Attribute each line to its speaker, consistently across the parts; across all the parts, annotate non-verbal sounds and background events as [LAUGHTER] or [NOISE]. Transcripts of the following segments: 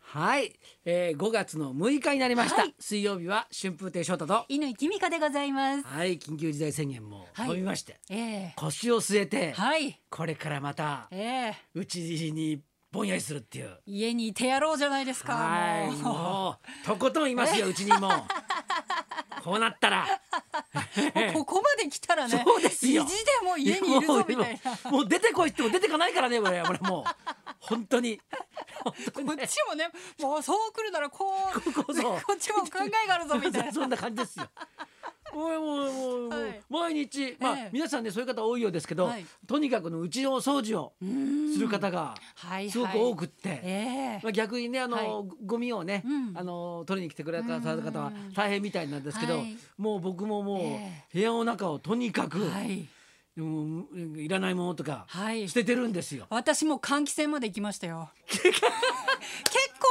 Speaker 1: はい、えー、5月の6日になりました、
Speaker 2: はい
Speaker 1: 水曜日は春風亭昇太と
Speaker 2: 犬井君香でございます。
Speaker 1: はい緊急事態宣言も
Speaker 2: はい
Speaker 1: 飛びまして、
Speaker 2: ええ
Speaker 1: 腰を据えて、
Speaker 2: はい、
Speaker 1: これからまた
Speaker 2: ええ
Speaker 1: うちにぼんやりするっていう
Speaker 2: 家にいてやろうじゃないですか。
Speaker 1: はい
Speaker 2: もう
Speaker 1: もうとことんいますようちに
Speaker 2: [LAUGHS]
Speaker 1: もこうなったら
Speaker 2: もうここまで来たらね、
Speaker 1: そうですよ
Speaker 2: 意地でもう家にいるぞみたいな。
Speaker 1: もうもう出てこいっても出てかないからね俺俺もう本当に
Speaker 2: [LAUGHS] こっちもね、もうそう来るならこう、
Speaker 1: ここそう
Speaker 2: こっちも考えがあるぞみたい
Speaker 1: [LAUGHS]
Speaker 2: な。
Speaker 1: そんな感じですよ。もうもうもうもう
Speaker 2: はい
Speaker 1: 毎日、まあ
Speaker 2: ええ
Speaker 1: 皆さんねそういう方多いようですけど、
Speaker 2: はい
Speaker 1: とにかくのうちのお掃除をする方が
Speaker 2: はいはい
Speaker 1: すごく多くって、
Speaker 2: ええ
Speaker 1: まあ、逆にねあの、
Speaker 2: はい
Speaker 1: ゴゴミをね、
Speaker 2: うん
Speaker 1: あの取りに来てくれた方は
Speaker 2: うん
Speaker 1: 大変みたいなんですけど、
Speaker 2: はい
Speaker 1: もう僕ももう、
Speaker 2: え
Speaker 1: 部屋の中をとにかく、
Speaker 2: はい、
Speaker 1: もういらないものとか
Speaker 2: はい
Speaker 1: 捨ててるんですよ。
Speaker 2: 私も換気扇まで行きましたよ。 [LAUGHS] 結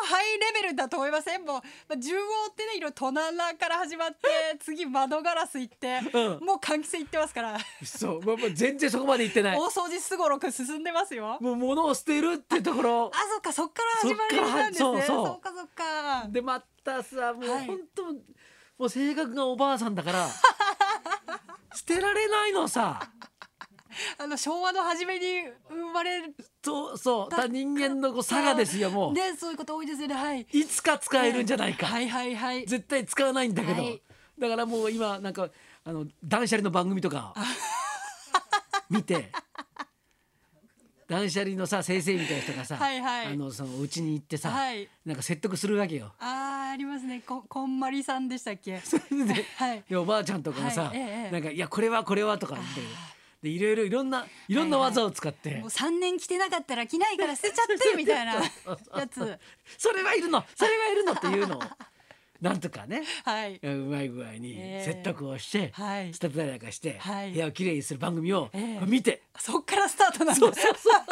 Speaker 2: 構ハイレベルだと思いませんもうまあ縦横ってねいろいろ棚から始まって次窓ガラス行って、
Speaker 1: うん
Speaker 2: もう換気扇行ってますから
Speaker 1: そう、まあまあ全然そこまで行ってない
Speaker 2: 大。掃除すごろく進んでますよ。
Speaker 1: もう物を捨てるってところ
Speaker 2: あ、そっか、そっから始まりなんです
Speaker 1: そっ
Speaker 2: ね。
Speaker 1: からそうそう
Speaker 2: そうか、そっか。
Speaker 1: でまたさもう
Speaker 2: はい
Speaker 1: 本当、もう性格がおばあさんだから
Speaker 2: [LAUGHS]
Speaker 1: 捨てられないのさ
Speaker 2: あの昭和の初めに生まれる。
Speaker 1: そうそうた人間のこう差がですよもう、
Speaker 2: ね、そういうこと多いですよね。はい。
Speaker 1: いつか使えるんじゃないか、
Speaker 2: はい、はい、はい。
Speaker 1: 絶対使わないんだけど、
Speaker 2: はい
Speaker 1: だからもう今なんかあの断捨離の番組とか見て断捨離のさ先生みたいな人がさ、
Speaker 2: はいはい
Speaker 1: あのそのうちに行ってさ、
Speaker 2: はい
Speaker 1: なんか説得するわけよ。
Speaker 2: あー、ありますね。こ、こんまりさんでしたっけ。
Speaker 1: で
Speaker 2: はい。
Speaker 1: でおばあちゃんとかもさ、
Speaker 2: はいええ
Speaker 1: なんか「いやこれはこれは」とか言ってでいろいろいろんないろんな技を使って、
Speaker 2: もう三年着てなかったら、着ないから捨てちゃって
Speaker 1: [LAUGHS]
Speaker 2: みたいなやつ。
Speaker 1: それはいるのそれはいるのっていう
Speaker 2: [LAUGHS]
Speaker 1: のをなんとかね
Speaker 2: はい。
Speaker 1: うまい具合に
Speaker 2: ええ
Speaker 1: 説得をして、
Speaker 2: はい
Speaker 1: 捨てたりなんかして、
Speaker 2: はい
Speaker 1: 部屋をきれいにする番組を
Speaker 2: ええ
Speaker 1: 見て、
Speaker 2: そっからスタートなん
Speaker 1: そう
Speaker 2: だ。
Speaker 1: そうそう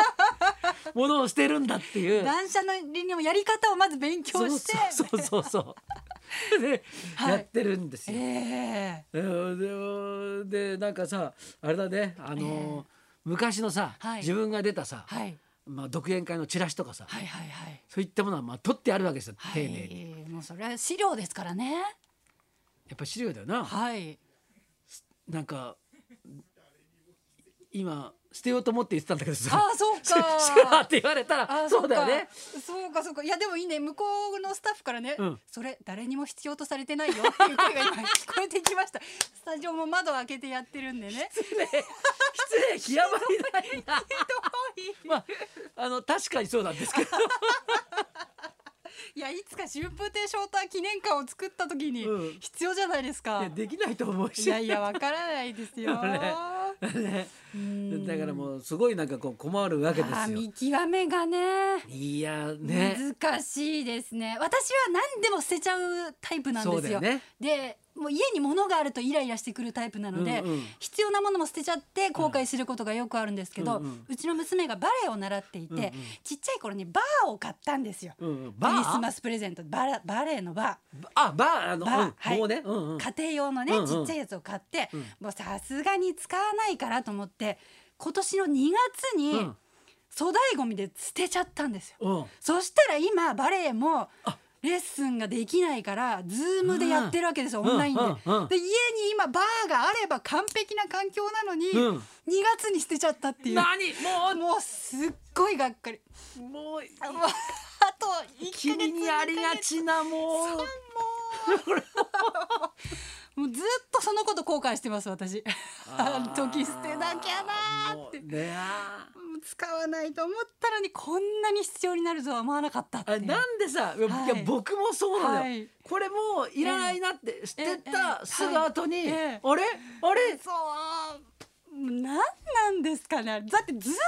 Speaker 1: 物を捨てるんだって
Speaker 2: [LAUGHS]
Speaker 1: いう。
Speaker 2: 断捨離のやり方をまず勉強して。
Speaker 1: そうそうそう
Speaker 2: [LAUGHS]
Speaker 1: そうで、
Speaker 2: はい
Speaker 1: やってるんですよ。
Speaker 2: ええ
Speaker 1: えーででなんかさあれだねあのー、昔のさ、
Speaker 2: はい
Speaker 1: 自分が出たさ、
Speaker 2: はい。
Speaker 1: まあ、独演会のチラシとかさ、
Speaker 2: はい、はい、はい。
Speaker 1: そういったものはまあ取ってあるわけですよ、
Speaker 2: は
Speaker 1: 丁寧に
Speaker 2: い、もうそれは資料ですからね。
Speaker 1: やっぱ資料だよな、
Speaker 2: はい。
Speaker 1: なんか今捨てようと思って言ってたんだけどさ
Speaker 2: ああ、そう
Speaker 1: [LAUGHS] 「資料」っ
Speaker 2: か。
Speaker 1: て言われた
Speaker 2: あ
Speaker 1: ら
Speaker 2: ー
Speaker 1: そうだよ
Speaker 2: [LAUGHS]
Speaker 1: ね。
Speaker 2: そうかそうかそうかいやでもいいね向こうのスタッフからね、
Speaker 1: うん
Speaker 2: それ誰にも必要とされてないよっていう声が今 [LAUGHS] 聞こえてきましたスタジオも窓を開けてやってるんで
Speaker 1: [LAUGHS]
Speaker 2: ね
Speaker 1: 失礼失礼極まりないな。まああの確かにそうなんです
Speaker 2: [LAUGHS]
Speaker 1: けど、
Speaker 2: いやいつか春風亭昇太記念館を作った時に
Speaker 1: うん
Speaker 2: 必要じゃないですか、
Speaker 1: いやできないと思う
Speaker 2: い
Speaker 1: し。
Speaker 2: やいやわからないで
Speaker 1: [LAUGHS]
Speaker 2: すよ、
Speaker 1: ねね、だからもうすごいなんかこう困るわけで
Speaker 2: あ
Speaker 1: す
Speaker 2: ー
Speaker 1: よ。
Speaker 2: 見極めがね
Speaker 1: いやね
Speaker 2: 難しいですね私は何でも捨てちゃうタイプなんです
Speaker 1: そう
Speaker 2: よ
Speaker 1: だよね
Speaker 2: でもう家に物があるとイライラしてくるタイプなので、
Speaker 1: うんうん
Speaker 2: 必要なものも捨てちゃって後悔することがよくあるんですけ
Speaker 1: う
Speaker 2: ど、うん
Speaker 1: うん
Speaker 2: ちの娘がバレエを習っていて、
Speaker 1: うんうん
Speaker 2: ちっちゃい頃にバーを買ったんですよ、
Speaker 1: うんうん
Speaker 2: ク
Speaker 1: バ
Speaker 2: リス
Speaker 1: ー
Speaker 2: マスプレゼントバラバレエのバー
Speaker 1: あバーあの
Speaker 2: バーはい
Speaker 1: もうね、うんうん、
Speaker 2: 家庭用のね、
Speaker 1: うんうん
Speaker 2: ちっちゃいやつを買って、
Speaker 1: うん
Speaker 2: もうさすがに使わないからと思って今年の2月
Speaker 1: う
Speaker 2: に
Speaker 1: ん
Speaker 2: 粗大ごみで捨てちゃったんですよ。
Speaker 1: うん、
Speaker 2: そしたら今バレエもレッスンができないからズームでやってるわけですよ、
Speaker 1: うん
Speaker 2: オンラインで,、
Speaker 1: うんうん
Speaker 2: で家に今バーがあれば完璧な環境なのに、
Speaker 1: うん
Speaker 2: 2月に捨てちゃったっていう
Speaker 1: 何も
Speaker 2: もうすっごいがっ
Speaker 1: [LAUGHS]
Speaker 2: かり
Speaker 1: うもう
Speaker 2: もうあと1ヶ月
Speaker 1: 君にありがちなもう
Speaker 2: [LAUGHS] もうずっとそのこと後悔してます
Speaker 1: [LAUGHS]
Speaker 2: 私あの時捨てなきゃなー
Speaker 1: も
Speaker 2: っ
Speaker 1: う
Speaker 2: て
Speaker 1: ねあ
Speaker 2: もう使わないと思ったのにこんなに必要になるとは思わなかったっていう
Speaker 1: なんでさ、いや
Speaker 2: はい
Speaker 1: いや僕もそうなのよ、
Speaker 2: はい
Speaker 1: これもういらないなって捨てたすぐ後に、
Speaker 2: ええええ
Speaker 1: あれあ
Speaker 2: [LAUGHS]
Speaker 1: れ
Speaker 2: そう何なんですかねあれだってずっと使わ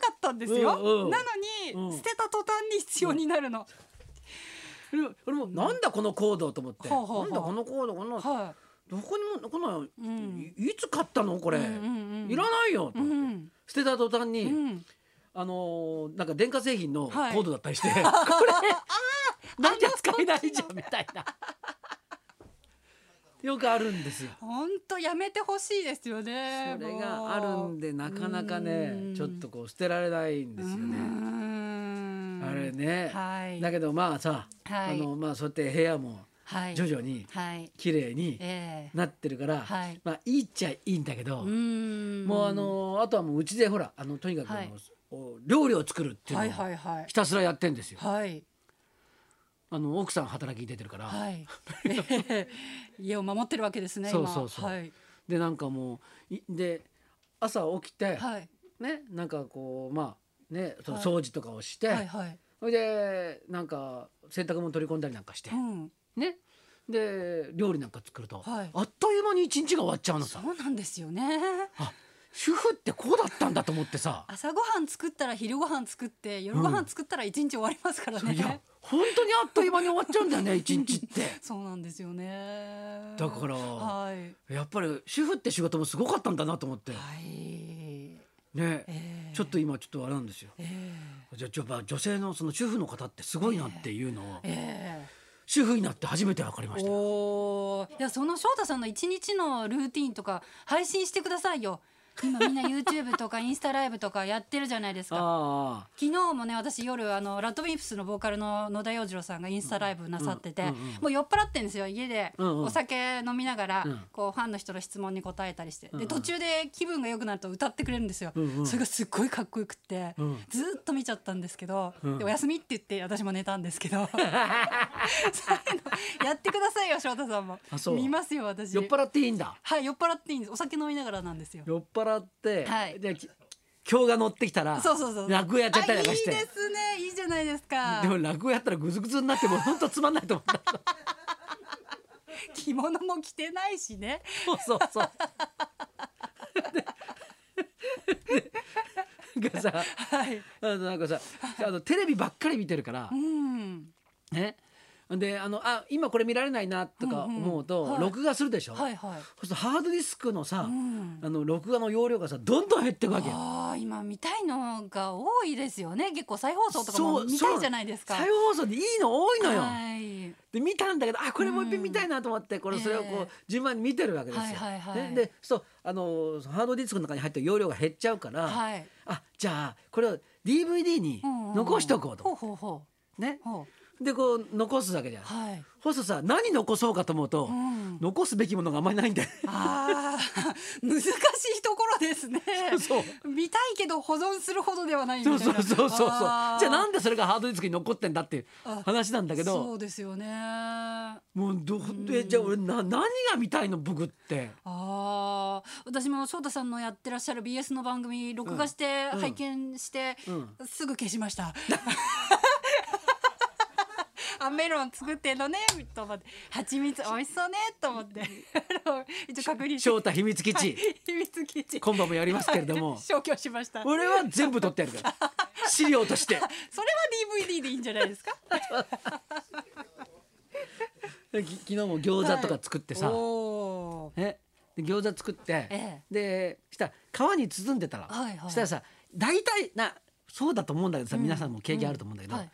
Speaker 2: なかったんですよ、
Speaker 1: うんうん
Speaker 2: な
Speaker 1: う
Speaker 2: の
Speaker 1: ん
Speaker 2: に捨てた途端に必要になるの、
Speaker 1: 俺俺もなんだこの行動と思って、
Speaker 2: ほうほうほう
Speaker 1: なんだこの行動この、
Speaker 2: は
Speaker 1: どこにもこの、
Speaker 2: ん
Speaker 1: いいつ買ったのこれ、
Speaker 2: うんうんうん
Speaker 1: いらないよと
Speaker 2: い、う
Speaker 1: 思って、
Speaker 2: ん
Speaker 1: 捨てた途端に、
Speaker 2: うん、
Speaker 1: あのーなんか電化製品のコ
Speaker 2: はい
Speaker 1: ードだったり
Speaker 2: [LAUGHS]
Speaker 1: して、 [LAUGHS] これなんじゃ使えないじゃんみたいな [LAUGHS] よくあるんですよ。
Speaker 2: 本当やめてほしいですよね
Speaker 1: それがあるんでなかなかねちょっとこう捨てられないんですよ
Speaker 2: う
Speaker 1: ね。
Speaker 2: ーん
Speaker 1: あれれね、
Speaker 2: はい
Speaker 1: だけどまあさ、
Speaker 2: はい
Speaker 1: あのまあそうやって部屋も
Speaker 2: はい
Speaker 1: 徐々に
Speaker 2: はい
Speaker 1: 綺麗に
Speaker 2: ええ
Speaker 1: なってるから、
Speaker 2: はい
Speaker 1: まあいいっちゃいいんだけど、
Speaker 2: うーん
Speaker 1: もうあのあとはもううちでほらあのとにかくあの、
Speaker 2: はい
Speaker 1: お料理を作るっていう
Speaker 2: はい
Speaker 1: の
Speaker 2: は
Speaker 1: を
Speaker 2: いはい
Speaker 1: ひたすらやってんですよ。
Speaker 2: はい
Speaker 1: あの奥さん働きに出てるから、
Speaker 2: はい、ええ [LAUGHS] 家を守ってるわけですね
Speaker 1: そう
Speaker 2: 今
Speaker 1: そうそう
Speaker 2: はい
Speaker 1: でなんかもういで朝起きて、
Speaker 2: はい
Speaker 1: ねなんかこうまあねその
Speaker 2: はい
Speaker 1: 掃除とかをして、
Speaker 2: はいはい
Speaker 1: それでなんか洗濯物取り込んだりなんかして、
Speaker 2: うん
Speaker 1: ねで料理なんか作ると、
Speaker 2: はい
Speaker 1: あっという間に一日が終わっちゃうのさ
Speaker 2: そうなんですよね
Speaker 1: あ主婦ってこうだったんだと思って
Speaker 2: [LAUGHS]
Speaker 1: さ
Speaker 2: 朝ごはん作ったら昼ごはん作って夜ごはん作ったら一日終わりますから
Speaker 1: いや
Speaker 2: ね、
Speaker 1: 本当にあっという間に終わっちゃうんだよね一日
Speaker 2: [LAUGHS]
Speaker 1: って
Speaker 2: そうなんですよね
Speaker 1: だから
Speaker 2: はい
Speaker 1: やっぱり主婦って仕事もすごかったんだなと思って
Speaker 2: はい
Speaker 1: ね、
Speaker 2: ええ
Speaker 1: ちょっと今ちょっとあれなんですよ
Speaker 2: え
Speaker 1: じゃあやっぱ女性のその主婦の方ってすごいなっていうのを
Speaker 2: ええ
Speaker 1: 主婦になって初めて分かりま
Speaker 2: え
Speaker 1: したよ
Speaker 2: おーいやその翔太さんの一日のルーティンとか配信してくださいよ今みんな YouTube とかインスタライブとかやってるじゃないですか
Speaker 1: あ
Speaker 2: 昨日もね私夜あのラッドウィンプスのボーカルの野田洋次郎さんがインスタライブなさってて、
Speaker 1: うんうんうん
Speaker 2: もう酔っ払ってんですよ家で、
Speaker 1: うんうん
Speaker 2: お酒飲みながら、
Speaker 1: うん
Speaker 2: こうファンの人の質問に答えたりして、
Speaker 1: うんう
Speaker 2: で
Speaker 1: ん
Speaker 2: 途中で気分が良くなると歌ってくれるんですよ、
Speaker 1: うんうん
Speaker 2: それがすっごいかっこよくって、
Speaker 1: うん
Speaker 2: ずーっと見ちゃったんですけど、
Speaker 1: うん
Speaker 2: でお休みって言って私も寝たんです
Speaker 1: [LAUGHS]
Speaker 2: けどそういうのやってくださいよ翔太さんも
Speaker 1: あそう
Speaker 2: 見ますよ私
Speaker 1: ー酔っ払っていいんだ
Speaker 2: はい酔っ払っていいんですお酒飲みながらなんですよ
Speaker 1: 酔っ払って、
Speaker 2: はい
Speaker 1: でき今日が乗ってきたら
Speaker 2: そうそうそう
Speaker 1: 落語やっちゃったりなんかして
Speaker 2: あいいですねいいじゃないですか
Speaker 1: でも落語やったらぐずぐずになってもうほんとつまんないと思った
Speaker 2: 着物も着てないしね
Speaker 1: そうそう
Speaker 2: [LAUGHS]
Speaker 1: そう。ででがさ
Speaker 2: はい。
Speaker 1: あのなんかさあのテレビばっかり見てるから
Speaker 2: うん。
Speaker 1: ねであのあ今これ見られないなとか思うと、
Speaker 2: うんうんはい
Speaker 1: 録画するでしょ、
Speaker 2: はいはい。
Speaker 1: そうするとハードディスクのさ、
Speaker 2: うん。
Speaker 1: あの録画の容量がさどんどん減っていくわけよ
Speaker 2: ああ今見たいのが多いですよね。結構再放送とかも見たいじゃないですか。
Speaker 1: 再放送でいいの多いのよ、
Speaker 2: はい。
Speaker 1: で見たんだけどあこれもう一遍見たいなと思って、これそれを
Speaker 2: え
Speaker 1: こう
Speaker 2: え
Speaker 1: 順番に見てるわけですよ。
Speaker 2: はいはいはい
Speaker 1: ででそうあのハードディスクの中に入ってる容量が減っちゃうから、
Speaker 2: はい。
Speaker 1: あじゃあこれを DVD に
Speaker 2: うんうん
Speaker 1: 残しとこうと、
Speaker 2: ほうほうほ
Speaker 1: ね
Speaker 2: う。ほう。
Speaker 1: でこう残すだけじゃん。
Speaker 2: はい。
Speaker 1: そうするとさ何残そうかと思うと、
Speaker 2: うん
Speaker 1: 残すべきものがあんまりないんだよ。
Speaker 2: ああ [LAUGHS] 難しいところですね。
Speaker 1: そう
Speaker 2: 見たいけど保存するほどではないみた
Speaker 1: そ
Speaker 2: いうな。
Speaker 1: そうそうそうそうじゃあなんんでそれがハードディスクに残ってんだっていう
Speaker 2: あ
Speaker 1: 話なんだけ
Speaker 2: そ
Speaker 1: ど
Speaker 2: うですよね。あ
Speaker 1: もうどえじゃあ俺な何が見たいの僕って。
Speaker 2: あ私も翔太さんのやってらっしゃる BS の番組録画して
Speaker 1: うん
Speaker 2: 拝見して、
Speaker 1: うん
Speaker 2: すぐ消しま
Speaker 1: [LAUGHS]
Speaker 2: した。あメロン作ってんのねと思って蜂蜜美味しそうねと思ってあの一応確認
Speaker 1: 翔
Speaker 2: し
Speaker 1: 太
Speaker 2: て
Speaker 1: 秘密基地、
Speaker 2: 秘密基地
Speaker 1: 今晩もやりますけれども。
Speaker 2: [LAUGHS] 消去しましたそれは
Speaker 1: 俺は全部取ってやるから資料として
Speaker 2: DVD でいいんじゃないですか
Speaker 1: き昨日も餃子とか作ってさ、
Speaker 2: おー
Speaker 1: えで餃子作って、
Speaker 2: え
Speaker 1: でしたら皮に包んでたら、
Speaker 2: はいはい
Speaker 1: したらさ大体なそうだと思うんだけどさ、皆さんも経験あると思うんだけど、
Speaker 2: うんはい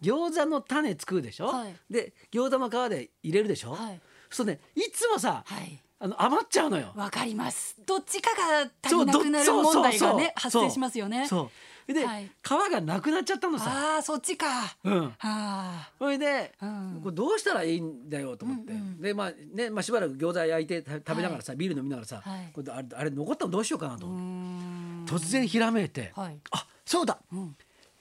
Speaker 1: 餃子の種作るでしょ、
Speaker 2: はい
Speaker 1: で餃子の皮で入れるでしょ、
Speaker 2: はい
Speaker 1: そうねいつもさ、
Speaker 2: はい
Speaker 1: あの余っちゃうのよ。
Speaker 2: わかりますどっちかが足
Speaker 1: そ
Speaker 2: り
Speaker 1: う
Speaker 2: な
Speaker 1: ど
Speaker 2: くなる
Speaker 1: そう
Speaker 2: 問
Speaker 1: そう
Speaker 2: 題
Speaker 1: そ
Speaker 2: が
Speaker 1: う
Speaker 2: ね発生しますよね
Speaker 1: そうで、
Speaker 2: はい
Speaker 1: 皮がなくなっちゃったのさ。
Speaker 2: ああそっちか、
Speaker 1: うん
Speaker 2: あ
Speaker 1: それで、
Speaker 2: うん
Speaker 1: これどうしたらいいんだよと思って、
Speaker 2: うんう
Speaker 1: でまあね、まあ、しばらく餃子焼いてた食べながらさ、ビール飲みながらさ、
Speaker 2: はい
Speaker 1: これあれあれ残ったのどうしようかなと
Speaker 2: ーうー
Speaker 1: 思って、
Speaker 2: ん
Speaker 1: 突然ひらめいて、
Speaker 2: はい
Speaker 1: あそうだ、
Speaker 2: ん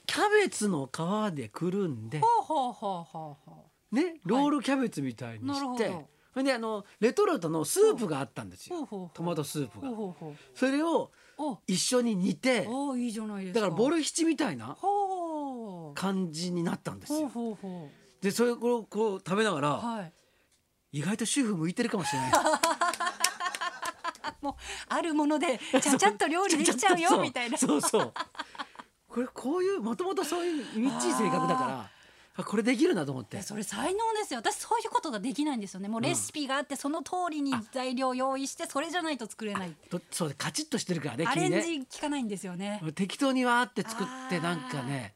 Speaker 1: キャベツの皮でくるんで、
Speaker 2: ほうほうほうほうほ
Speaker 1: ね、ロールキャベツみたいに
Speaker 2: なる
Speaker 1: し
Speaker 2: ほ
Speaker 1: て、
Speaker 2: ど
Speaker 1: それであのレトルトのスープがあったんです
Speaker 2: ほう
Speaker 1: よ
Speaker 2: ほうほう
Speaker 1: トマトスープ
Speaker 2: うほう
Speaker 1: が。
Speaker 2: ほうほう
Speaker 1: それを
Speaker 2: お
Speaker 1: 一緒に煮て
Speaker 2: おーいいじゃないです
Speaker 1: だ
Speaker 2: か
Speaker 1: からボルシチみたいな
Speaker 2: ほう
Speaker 1: 感じになったんです
Speaker 2: ほう
Speaker 1: よ。
Speaker 2: ほうほ
Speaker 1: でそれをこうこう食べながら、
Speaker 2: うはい
Speaker 1: 意外と主婦向いてるかもしれ
Speaker 2: [LAUGHS]
Speaker 1: ない。
Speaker 2: もうあるも
Speaker 1: [LAUGHS]
Speaker 2: のでちゃちゃっと料理できちゃうよみたいな
Speaker 1: そうそうそうこれこういうもともとそういうみっちい性格だからあこれできるなと思って
Speaker 2: でそれ才能ですよ私そういうことができないんですよねもうレシピがあってその通りに材料用意してそれじゃないと作れない
Speaker 1: とそうカチッとしてるからね
Speaker 2: アレ
Speaker 1: 君
Speaker 2: ン
Speaker 1: ね
Speaker 2: ジ効かないんですよね
Speaker 1: 適当にわーって作って
Speaker 2: あー
Speaker 1: なんかね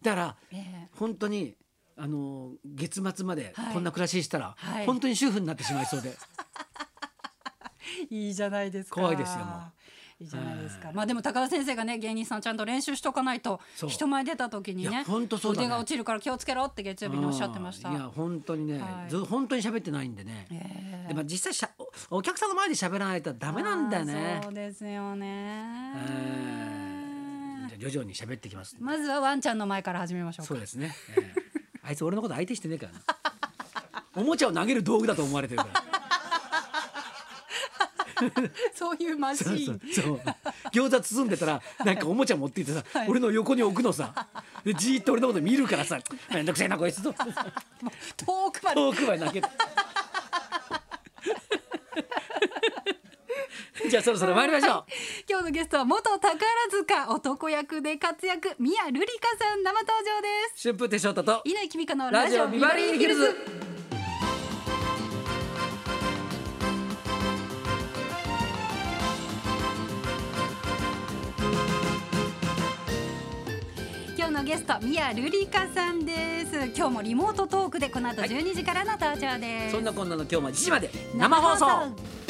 Speaker 1: だから
Speaker 2: ね
Speaker 1: 本当にあの月末まで
Speaker 2: はい
Speaker 1: こんな暮らししたら、
Speaker 2: はい
Speaker 1: 本当に主婦になってしまいそうで、
Speaker 2: いいじゃないですか
Speaker 1: 怖いですよも
Speaker 2: いいじゃないですか。まあでも高田先生がね芸人さんちゃんと練習しとかないと
Speaker 1: そう
Speaker 2: 人前出た時に
Speaker 1: いや
Speaker 2: ね
Speaker 1: ほんとそうだね
Speaker 2: 腕が落ちるから気をつけろって月曜日におっしゃってました
Speaker 1: うんい。や本当にね、
Speaker 2: はい
Speaker 1: ず本当に喋ってないんでね、でまあ実際しゃおお客さんの前で喋らないとダメなんだよね
Speaker 2: あーそうですよね。
Speaker 1: えーじゃあ徐々に喋ってきます、
Speaker 2: まずはワンちゃんの前から始めましょうか
Speaker 1: そうですね、えーあいつ俺のこと相手してねえから
Speaker 2: [LAUGHS]
Speaker 1: なおもちゃを投げる道具だと思われてるから
Speaker 2: そういうマシ
Speaker 1: そう [LAUGHS]
Speaker 2: ー
Speaker 1: そう
Speaker 2: ン。
Speaker 1: そう餃子包んでたらなんかおもちゃ持って行ってさ、
Speaker 2: はい
Speaker 1: 俺の横に置くのさでじーっと俺のこと見るからさ「めんどくせえなこいつ」と
Speaker 2: 遠くまで。
Speaker 1: 遠くまで投
Speaker 2: [LAUGHS]
Speaker 1: げて。じゃあそろそろ参りましょう。
Speaker 2: 今日のゲストは元宝塚男役で活躍宮瑠璃香さん生登場です。
Speaker 1: 春風亭昇太と
Speaker 2: 乾きみかの
Speaker 1: ラジオビバリーヒルズ。
Speaker 2: 今日のゲスト宮瑠璃香さんです。今日もリモートトークでこの後
Speaker 1: はい
Speaker 2: 12時からの登場です。
Speaker 1: そんなこんなの今日も1時まで生放送。